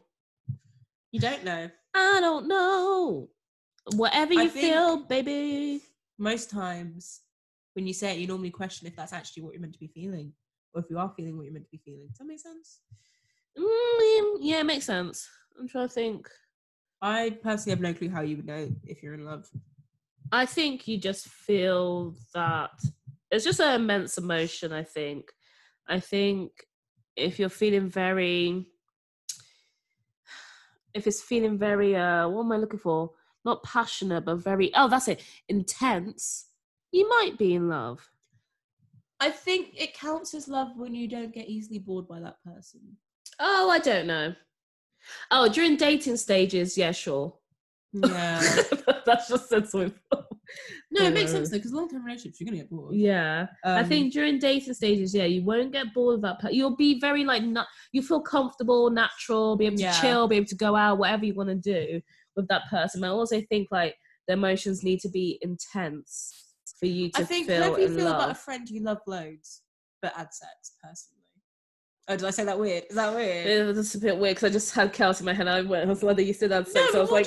You don't know.
I don't know. Whatever
I
you
think-
feel, baby.
Most times when you say it, you normally question if that's actually what you're meant to be feeling or if you are feeling what you're meant to be feeling. Does that make sense?
Mm, yeah, it makes sense. I'm trying to think.
I personally have no clue how you would know if you're in love.
I think you just feel that it's just an immense emotion. I think. I think if you're feeling very, if it's feeling very, uh, what am I looking for? Not passionate, but very. Oh, that's it. Intense. You might be in love.
I think it counts as love when you don't get easily bored by that person.
Oh, I don't know. Oh, during dating stages, yeah, sure.
Yeah.
that's just sensible.
no, it makes
Yeah.
sense though, because long term relationships, you're going to get bored.
Yeah. I
Um,
think during dating stages, yeah, you won't get bored of that. Per- You'll be very like, na- you feel comfortable, natural, be able to
Yeah.
chill, be able to go out, whatever you want to do with that person. But I also think like the emotions need to be intense for you to
I think
feel
how do you
in
feel
love.
about a friend you love loads but had sex personally? Oh, did I say that weird? Is that weird?
Yeah, That's a bit weird because I just had cows in my head. I went, I was like, you said that
No,
sex. I
but
was
more
like,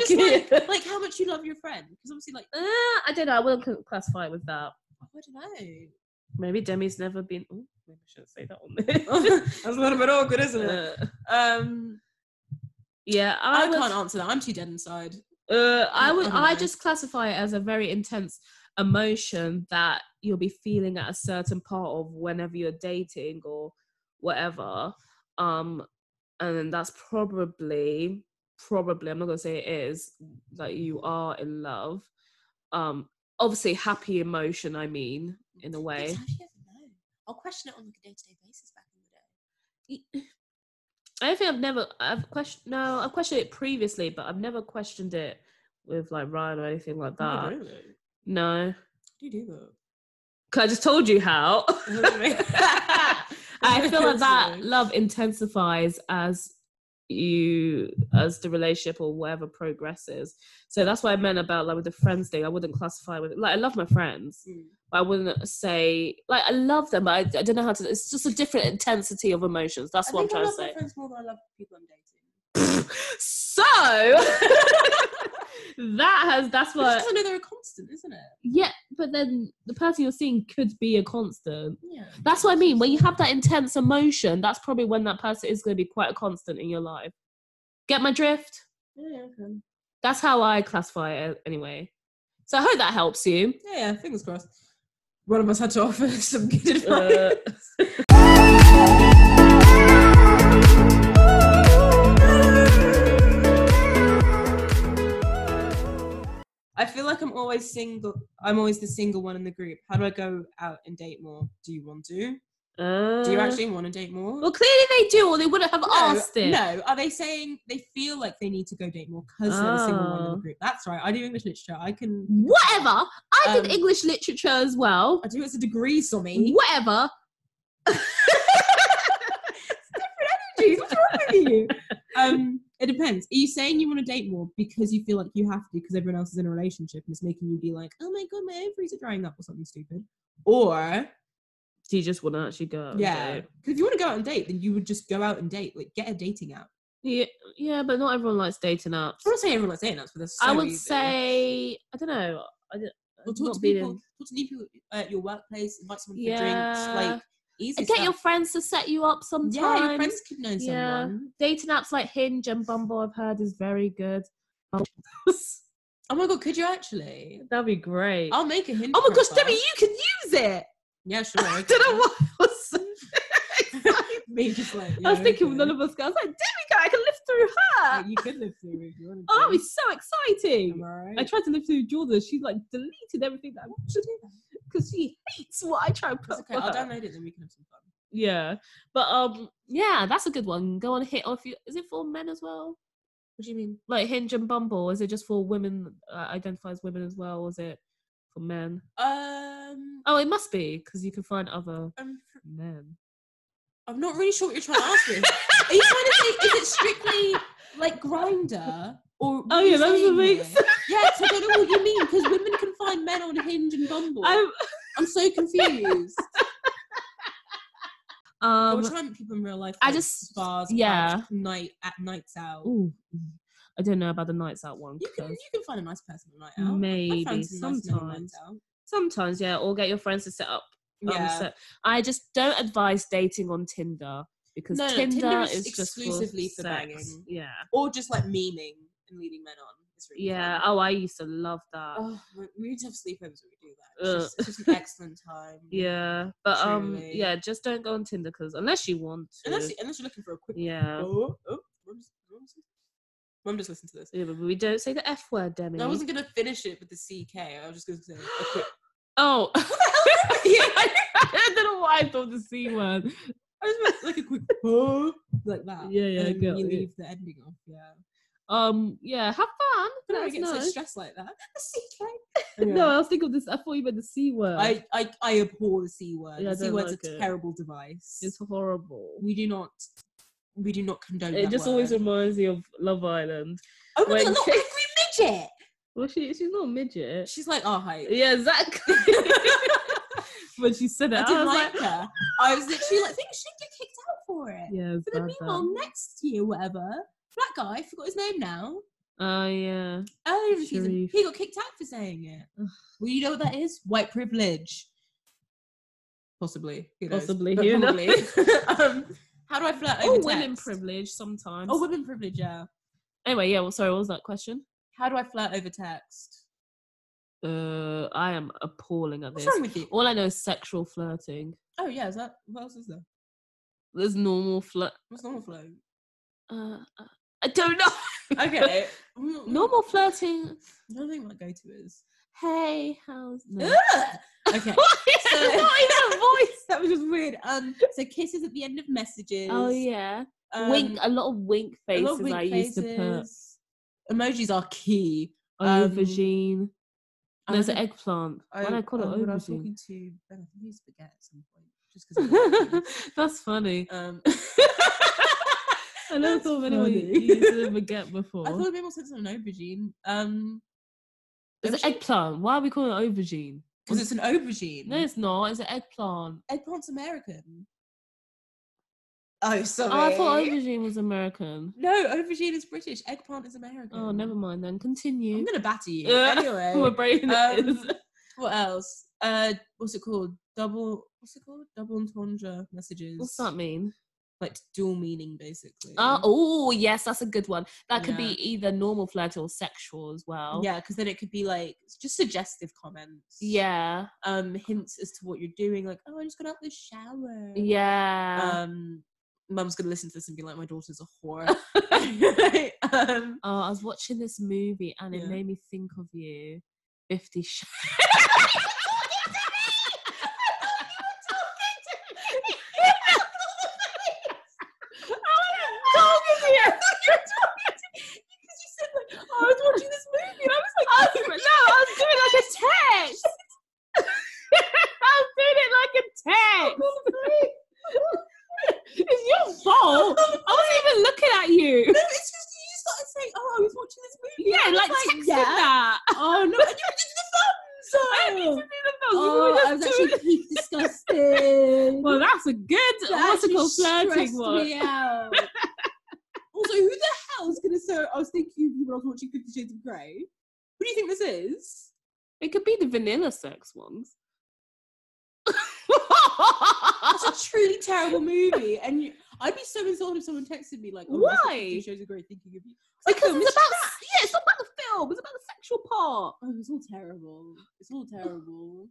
just like, like how much you love your friend because obviously like
Uh, I don't know. I wouldn't cl- classify it with that.
I don't know.
Maybe Demi's never been. Ooh, maybe I shouldn't say that on there.
That's a little bit awkward, isn't it?
Uh,
Um,
yeah,
I,
I, would-
can't answer that. I'm too dead inside.
Uh, I
I
would.
don't
I
know.
just classify it as a very intense emotion that you'll be feeling at a certain part of whenever you're dating or whatever. Um, and that's probably, probably. I'm not gonna say it is that you are in love. Um, obviously, happy emotion. I mean, in a
Yes,
way.
How do you ever know? I'll question it on like a day-to-day basis back in the day.
I don't think I've never I've questioned no, I've questioned it previously, but I've never questioned it with like Ryan or anything like
Oh,
that.
really? How
No.
do you do that?
Cause I just told you how. I feel like that
Sorry.
love intensifies as you as the relationship or whatever progresses. So that's what I meant about like with the friends thing. I wouldn't classify with like I love my friends,
Mm.
but I wouldn't say like I love them, but I, I don't know how to. It's just a different intensity of emotions. That's
I
what I'm
think I
trying to
love
say.
my friends more than I love the people I'm dating.
So that has that's
But
what
I know they're a constant, isn't it?
yeah. But then the person you're seeing could be a constant.
Yeah.
That's what I mean. When you have that intense emotion, that's probably when that person is going to be quite a constant in your life. Get my drift?
Yeah, okay.
That's how I classify it uh, anyway. So I hope that helps you.
Yeah, yeah, fingers crossed. One of us had to offer some good advice.
Uh,
I feel like I'm always single. I'm always the single one in the group. How do I go out and date more? Do you want to? Do you
uh,
actually want to date more?
Well, clearly they do, or they wouldn't have asked it.
No, are they saying they feel like they need to go date more because they're the single one in
Oh.
the group? That's right. I do English literature. I can.
Whatever. I
Um,
did English literature as well.
I do it as a degree, Sommy.
Whatever.
Jeez, what's wrong with you? Um, it depends. Are you saying you want to date more because you feel like you have to because everyone else is in a relationship and it's making you be like, oh my god, my ovaries are drying up or something stupid? Or
Do you just want to actually go? out and
yeah,
date?
because if you want to go out and date, then you would just go out and date, like get a dating app.
Yeah, yeah, but not everyone likes dating apps.
I'm not saying everyone likes dating apps, but that's so
I would
easy.
say I don't know. I don't,
Well,
not
talk to
being
people,
in-
talk to new people at your workplace, invite someone for
Yeah.
drinks, like easy
And get
stuff.
your friends to set you up sometimes.
yeah, your friends could know
Yeah.
someone.
Dating apps like Hinge and Bumble, I've heard, is very good.
Oh my god, could you actually?
That'd be great.
I'll make a hint.
oh my gosh,
profile.
Debbie, you can use it.
Yeah, sure.
I
I
don't know
can.
why I was so excited.
Me just like
I was
yeah,
thinking
okay.
none of us got. I was like, Debbie, I can live through her.
Like, you could live through if you wanted
oh, that'd
to.
be so exciting.
Am I right?
I tried to live through Jordan. She like deleted everything that I
Should do that.
because she hates what I try and put.
That's okay.
for
I'll
her.
download it, then we can have some fun.
Yeah, but um, yeah, that's a good one. Go on, hit off. You is it for men as well?
What do you mean?
Like Hinge and Bumble, is it just for women uh, identify as women as well, or is it for men?
Um,
Oh, it must be because you can find other
I'm,
men.
I'm not really sure what you're trying to ask me. Are you trying to say is it strictly like grinder or? what
Oh
are you
yeah, that's
saying
what
here?
makes.
Yeah, 'cause I don't know what you mean because women can find men on Hinge and Bumble. I'm,
I'm,
so confused.
Um,
or try and meet people in real life.
I
like
just-
bars,
yeah.
clubs, night at nights out.
ooh, I don't know about the nights out one.
You can
'cause
you can find a nice person at night out. I
maybe
found some nice men at nights
sometimes,
out.
sometimes, yeah. Or get your friends to set up. um,
Yeah.
set- I just don't advise dating on Tinder because
No, no,
Tinder,
Tinder is
is, just
exclusively for
for sex.
banging.
Yeah,
or just like memeing and leading men on. It's really
yeah.
fun.
Oh, I used to love that.
Oh, we- we need to have sleepovers when we do that. It's,
Ugh.
just, it's just an excellent time.
uh, Yeah, but um,
Truly.
yeah, just don't go on Tinder because unless you want to,
Unless, you, unless you're looking for a quick.
yeah.
Oh, oh, mum just, mum just- mum just listened to this.
yeah, but we don't say the f word, Demi.
I wasn't gonna finish it with the CK. I was just gonna say a quick.
Oh,
What the hell?
I don't know why I thought the c word.
I just meant like a quick oh, like that.
Yeah, yeah, I
And then
get
you
it, yeah.
leave the ending off. Yeah.
Um, yeah, have fun.
I
Let
don't know, I
us
get
know.
so stressed like that. The CK.
No, I was thinking of this. I thought you meant the c word.
I, I I abhor the C word.
Yeah, I
the C
don't
word's
like
a
it.
terrible device.
it's horrible.
we do not we do not condone
It
that
just
word.
always reminds me of Love Island.
oh my
when-
god not every midget
Well, she she's not a midget.
she's like "Oh, our height
Yeah, exactly. but she said it.
i
I,
didn't
was
like,
like,
her i was literally like think she should get kicked out for it
yeah, um, it's
but then
bad
meanwhile
that.
next year whatever that guy I forgot his name now
Oh yeah.
earlier in the season
Sharif.
he got kicked out for saying it
Ugh.
well you know what that is white privilege possibly who knows?
Possibly,
But
who
probably. um how do i flirt over
Or women
text?
privilege sometimes.
oh women privilege yeah
anyway, yeah. Well, sorry. What was that question?
how do i flirt over text
Uh, I am appalling at
what's
this.
wrong with you
All I know is sexual flirting.
oh yeah is that what else is there
There's normal flirt.
What's normal flirting?
Uh, uh, I don't know.
Okay. Mm, mm.
normal flirting.
I don't think my go-to is.
Hey, how's no.
Ugh! okay.
so, not
So-
in that voice.
that was just weird. Um. So kisses at the end of messages.
Oh yeah.
um,
wink. A lot of wink
a
faces
lot of wink
I used to put.
faces. Emojis are key.
Oh,
Um,
aubergine.
I
There's an
remember-
eggplant. Why did I call it
um, When I was
aubergine?
talking to Ben, I think he spaghetti at some point, just because.
That's funny.
um.
I never
That's
thought of anyone
funny.
used to forget before.
I thought it made more sense than an aubergine. Um.
It's an eggplant. Why are we calling it aubergine?
Because it's an aubergine.
No, it's not. It's an eggplant.
eggplant's American. Oh, sorry.
Oh, I thought aubergine was American.
No, aubergine is British. Eggplant is American.
Oh, never mind then.
I'm
Continue.
gonna batter you.
Yeah. My
anyway,
brain is.
um, what else? Uh, what's it called? Double. What's it called? Double entendre messages.
What's that mean?
Like dual meaning, basically.
Uh, oh, yes, that's a good one. That could
Yeah.
be either normal flirting or sexual as well.
Yeah, because then it could be like just suggestive comments.
Yeah.
Um, hints as to what you're doing. Like, oh, I just got out the
Um,
shower.
Yeah.
Um, mum's gonna listen to this and be like, my daughter's a whore. um,
Oh, I was watching this movie and it
Yeah.
made me think of you. Fifty Shades.
talking to you. I thought you were talking to Because you said, like, oh, I was watching this movie and I was like,
I was, no, I was doing like a text. I was doing it like a text. it's your
Oh.
fault. I wasn't even looking at you.
no, it's just you started saying, oh, I was watching this movie.
Yeah, like
like,
texting
yeah.
that.
Oh, no. And you were just the thumbs up.
I didn't need to do the thumbs. You
Oh,
were
I was
just doing-
actually peak disgusting.
Well, that's a good
That
what's it called
actually
flirting
stressed
one.
me out. also, who the hell is gonna say I was thinking of you when I was watching Fifty Shades of Grey? Who do you think this is?
It could be the vanilla sex ones.
That's a truly terrible movie, and you, I'd be so insulted if someone texted me like, oh, I was watching
Why?
Fifty Shades of Grey, thinking of you." oh,
because it's about yeah, it's not about the film. It's about the sexual part.
Oh, it's all terrible. It's all terrible.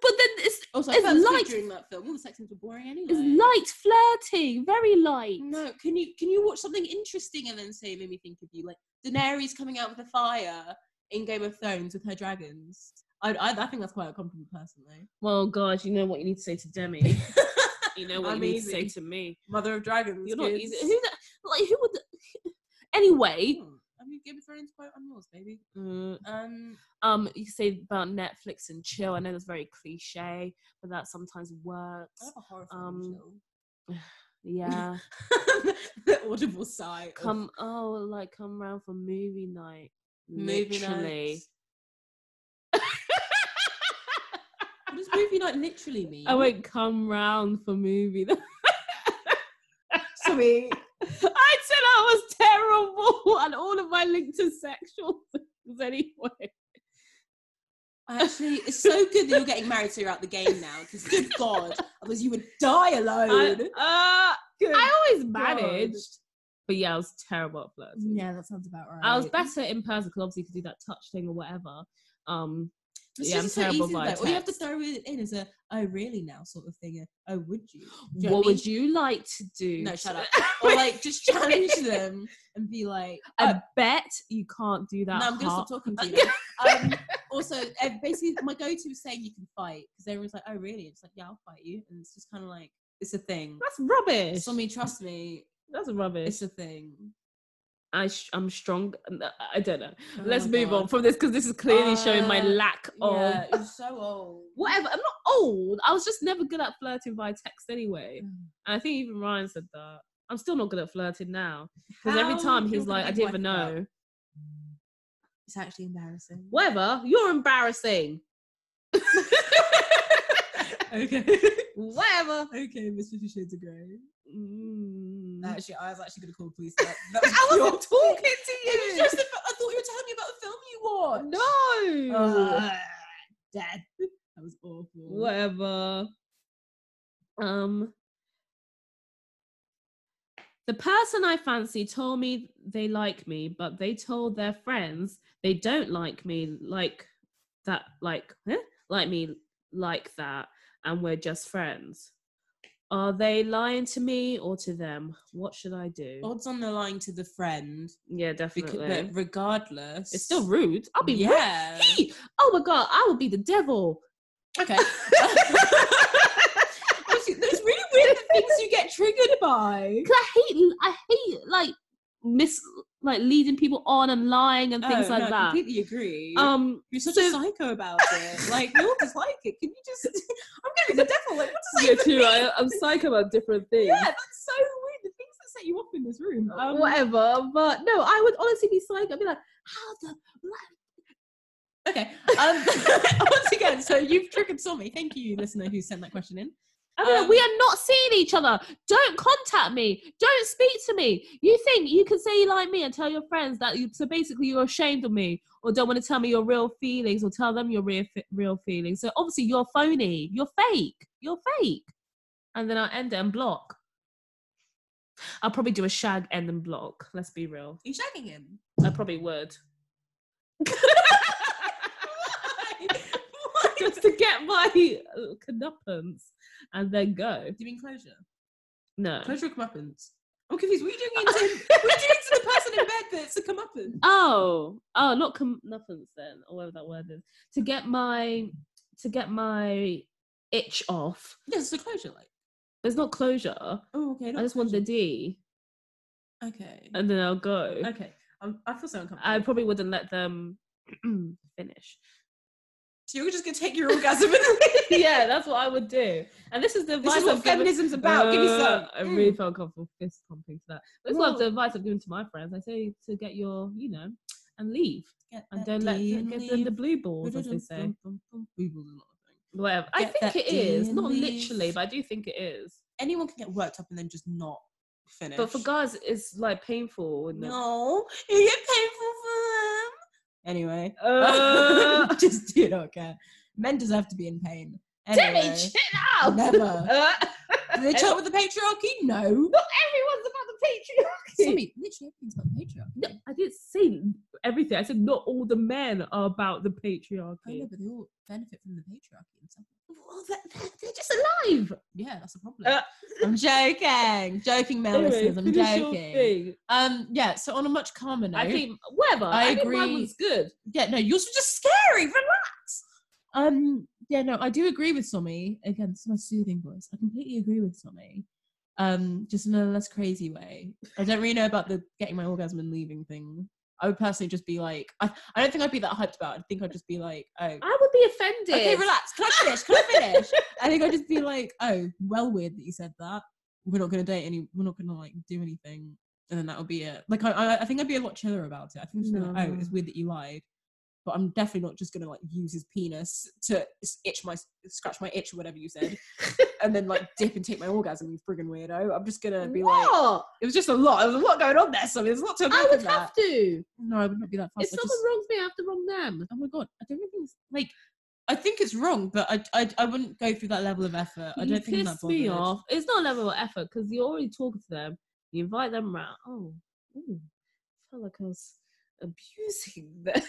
But then it's
Also, I
It's
felt like
light.
during that film, all the sex scenes were boring anyway.
it's light flirting, very light.
No, can you can you watch something interesting and then say it made me think of you? Like Daenerys coming out with a fire in Game of Thrones with her dragons. I I, I think that's quite a compliment personally.
Well, guys, you know what you need to say to Demi. You know what
I'm
you need to
easy.
say to me.
Mother of Dragons.
You're not
kids.
easy. Who the, like who would? anyway,
Hmm, I mean, Game of Thrones quite on yours, baby.
uh,
Um,
um, you say about Netflix and chill. I know that's very cliche, but that sometimes works.
I have a horror
Um,
film.
Yeah,
Um, the audible sigh. of
come oh like come round for movie night.
movie night.
Literally.
What does movie night literally mean?
Oh, I won't come round for movie night.
me.
I said I was terrible and all of my linked to sexual things anyway.
I actually, it's so good that you're getting married so you're out the game now. Because good God, otherwise you would die
I,
alone.
uh,
Good.
I always managed. But yeah, I was terrible at flirting.
yeah, that sounds about right.
I was better in person because obviously you could do that touch thing or whatever. Um,
It's
Yeah,
just
I'm
so
terrible
easy,
by
though. All you have to throw it in is a "oh really now" sort of thing. A, oh would you? Do you know
what
what I
would you like to do?
No, shut up. Or like just challenge them and be like,
I bet you can't do
"No,
that.
I'm gonna
heart.
stop talking to you." now." um, also, uh, basically, my go-to is saying you can fight because everyone's like, "Oh really?" It's like, "Yeah, I'll fight you," and it's just kind of like it's a thing.
That's rubbish.
So me, trust me,
That's rubbish.
it's a thing.
I sh- I'm strong. um, uh, I don't know.
Oh
Let's
my
move
God.
on oh. from this because this is clearly showing my
Uh,
lack of
Yeah, you're so old.
whatever. I'm not old. I was just never good at flirting by text anyway.
Mm.
And I think even Ryan said that. I'm still not good at flirting now because every
How
time
you're
he's
gonna
like, "I
make
didn't even
life up.
know."
It's actually embarrassing.
Whatever. You're embarrassing.
Okay.
Whatever.
okay, Miss Fifty Shades of Grey.
Mm.
Actually, I was actually going to call the police. That, that was
I
pure-
wasn't talking
It was
to
just the fa- I thought you were telling me about the film you watched.
you. Ah, No.
Uh, Dad. That was awful.
whatever. Um, the person I fancy told me they like me, but they told their friends they don't like me, like that, like huh? like me, like that, and we're just friends. Are they lying to me or to them? What should I do?
Odds on the line to the friend,
yeah,
Oh, because
definitely.
but regardless,
it's still rude. I'll be yeah.
yeah.
Oh my god, I will be the devil.
okay. Actually, There's really weird the things you get triggered by.
Cause I hate, I hate like mis, like leading people on and lying and things
Oh,
like
no, I
that.
completely agree.
Um,
You're such a
so-
psycho about it. Like we all dislike it. Can you just? I'm gonna be the devil. Like what does that
yeah,
even
too.
mean?
I, I'm psycho about different things.
Yeah, that's so weird. The things that set you off in this room.
Oh,
Um,
Whatever, but no, I would honestly be psycho. I'd be like, how the
Okay. Um, once again, so you've triggered Stormy. Thank you, listener, who sent that question in.
I'd be like,
Um,
Oh, we are not seeing each other. Don't contact me. Don't speak to me. You think you can say you like me and tell your friends that you so basically you're ashamed of me or don't want to tell me your real feelings or tell them your real fe- real feelings. So obviously you're phony. You're fake. You're fake. And then I'll end it and block. I'll probably do a shag end and block. Let's be real.
Are you shagging him?
I probably would.
Why? Why? Do
Just to get my uh, knuppance and then go.
you mean closure?
No.
Closure or comeuppance? I'm confused. What are you doing into, what are you doing to the person in bed that's a comeuppance?
Oh, oh, not com- nothings then, or whatever that word is. To get my to get my itch off.
Yes, it's a closure, like.
There's not closure.
Oh, okay.
I just want the D,
Okay.
and then I'll go.
okay. Um, I feel so uncomfortable.
I probably wouldn't let them finish.
so you're just going to take your orgasm and
yeah, that's what I would do. And this is the advice
This is what
I've given.
feminism's about. Give me some.
Uh, I really felt comfortable fist pumping to that. This is what the advice I've given to my friends. I say to get your, you know, and leave. and don't let them, give them the blue balls, as they say. Whatever. I
Get
think
that
it is.
D
Not
and
literally,
leave.
but I do think it is.
Anyone can get worked up and then just not finish.
But for guys, it's like painful. Isn't it?
no, you get painful for them. Anyway,
Uh,
just do not care. Men deserve to be in pain.
Timmy,
Anyway,
chill out!
never.
Uh,
Do they chat with the patriarchy? No.
not everyone's about the patriarchy.
Sorry, literally everything's about the patriarchy.
No, I didn't say everything. I said not all the men are about the patriarchy.
I know, but they all benefit from the patriarchy and stuff.
Well, they're, they're- they're just alive.
Yeah, that's the problem.
Uh,
I'm joking, joking, male
Anyway,
listeners. I'm
finish your
joking.
thing.
Um, yeah. So on a much calmer note,
I think whatever.
I
I, agree. Think
agree.
mine was good.
yeah, no, yours were just scary. Relax. Um, yeah, no, I do agree with Somi. Again, this is my soothing voice. I completely agree with Somi. Um, just in a less crazy way. I don't really know about the getting my orgasm and leaving thing. I would personally just be like, I, I don't think I'd be that hyped about. it. I think I'd just be like, oh,
I would be offended.
okay, relax. Can I finish? Can I finish? I think I'd just be like, oh, well, weird that you said that. We're not gonna date any. We're not gonna like do anything. And then that would be it. Like I, I, I think I'd be a lot chiller about it. I think I'd just be like, oh,
No.
it's weird that you lied. but I'm definitely not just gonna like use his penis to s- itch my scratch my itch or whatever you said, and then like dip and take my orgasm, you friggin' weirdo. I'm just gonna be like,
What?
it was just a lot. There was a lot going on there, so there's a lot to
I
unpack
would
in that.
have to.
No, I would not be that
If
fast. I
someone
just-
wrongs me, I have to wrong them.
oh my god, I don't think it's like. I think it's wrong, but I, I I wouldn't go through that level of effort. I
you
don't think I'm that
piss me
bothered.
off. It's not a level of effort because you're already talking to them. You invite them round. Oh, ooh, felt like I was abusing them.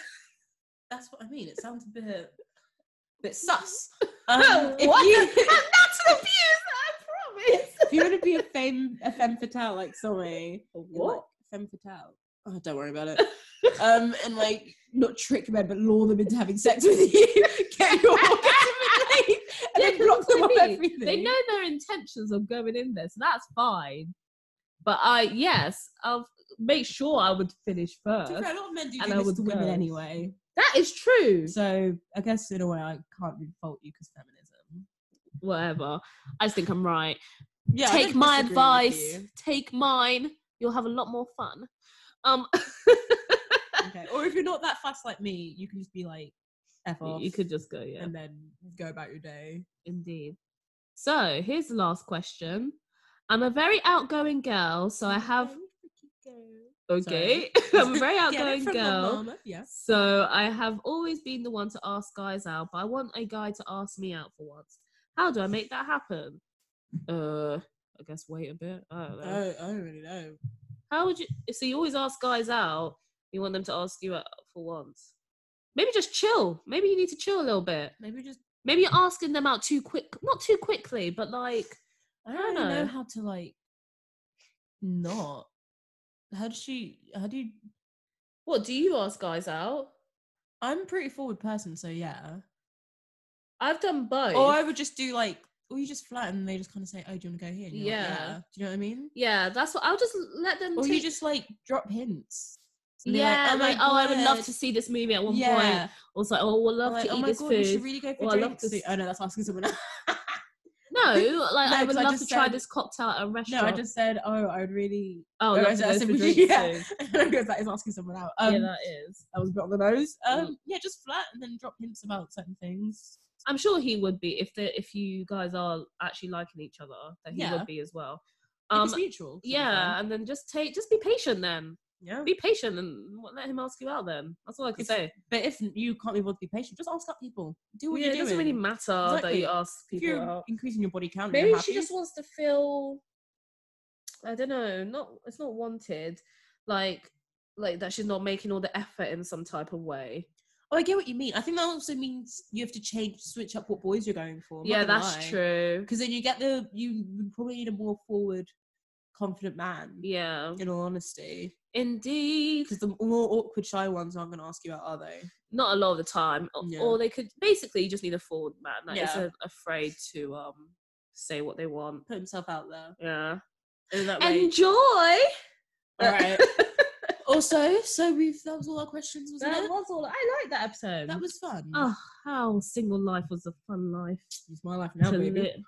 That's what I mean. It sounds a bit, bit sus. Um, if
What?
you-
That's an abuse. I promise.
if you want to be a fame a femme fatale like Somi, you're
what?
Like, femme fatale. Oh, don't worry about it. um, and like not trick men, but lure them into having sex with you. Get your orgasm in late, and
Yeah,
then
'cause
block
that's
them
what
off
I mean.
everything.
They know their intentions of going in there, so that's fine. But I, yes, I'll make sure I would finish
To
first.
be fair, a lot of men do
And
do
I
this
would
to women
go.
anyway.
That is true.
So I guess in a way, I can't really fault you because feminism.
Whatever. I just think I'm right.
Yeah, I
Take
don't
my
disagree with
advice.
you.
Take mine. You'll have a lot more fun. Um,
Okay. Or if you're not that fast like me, you can just be like, "F off,"
you could just go, yeah.
and then go about your day.
Indeed. So here's the last question. I'm a very outgoing girl, so I have Mm-hmm. okay. I'm a very
Get it
outgoing
from your
girl.
mama, Yeah.
So I have always been the one to ask guys out, but I want a guy to ask me out for once. How do I make that happen? Uh, I guess wait a bit. I don't know.
Oh, I don't really know.
How would you? So you always ask guys out. You want them to ask you out for once. Maybe just chill. Maybe you need to chill a little bit.
Maybe just
Maybe you're asking them out too quick. Not too quickly, but like
I
don't
don't really know.
know.
how to like not. How does she? How do you?
What do you ask guys out?
I'm a pretty forward person, so yeah.
I've done both.
Or Oh, I would just do like, or you just flirt and they just kind of say, "Oh, do you want to go here?" And you're
Yeah.
like, yeah. Do you know what I mean?
yeah, that's what I'll just let them.
Or you
take-
just like drop hints. And be
yeah,
my
like, oh, I would love
God."
to see this movie at one
yeah.
point. Or it's like, oh, we'll
Or
love
like,
to
oh
eat
my
this
god, we should
food.
really go for
Or I love
drinks.
to see-
Oh no, that's asking someone. else.
No, like
No,
I would
'cause I
love to
just
try
said-
this cocktail at a
no,
restaurant.
I just said, oh, I would really.
oh,
no,
love
I
to
said- I
go
said,
for drinks
yeah.
soon.
because that is asking someone out. Um,
yeah, that is.
that was a bit on the nose.
Mm.
Um, yeah, just flirt and then drop hints about certain things.
I'm sure he would be if the if you guys are actually liking each other, that he
Yeah.
would be as well.
If
Um,
it's mutual. sort of
yeah,
thing.
and then just take, just be patient. Then
yeah.
be patient and let him ask you out. Then that's all I can
If-
say.
But if you can't be bothered to be patient, just ask up people. Do what
Yeah,
you're
it
doing.
doesn't really matter that
Exactly.
you ask
If
people
you're
out.
increasing your body count,
Maybe she just wants to feel. I don't know. Not it's not wanted, like like that she's not making all the effort in some type of way.
Oh, I get what you mean. I think that also means you have to change, switch up what boys you're going for.
yeah, that's true.
Because then you get the you would probably need a more forward, confident man.
Yeah,
In all honesty,
indeed.
because the more awkward, shy ones aren't going to ask you out, are they?
Not a lot of the time, O-
Yeah.
or they could basically you just need a forward man that
Yeah.
not afraid to um say what they want.
Put himself out there.
Yeah,
In that way.
enjoy.
all right. also, so we've that was all our questions, wasn't
That
it?
was all. I like that episode.
That was fun.
Oh, how single life was a fun life.
It's my life now,
to
baby.
li-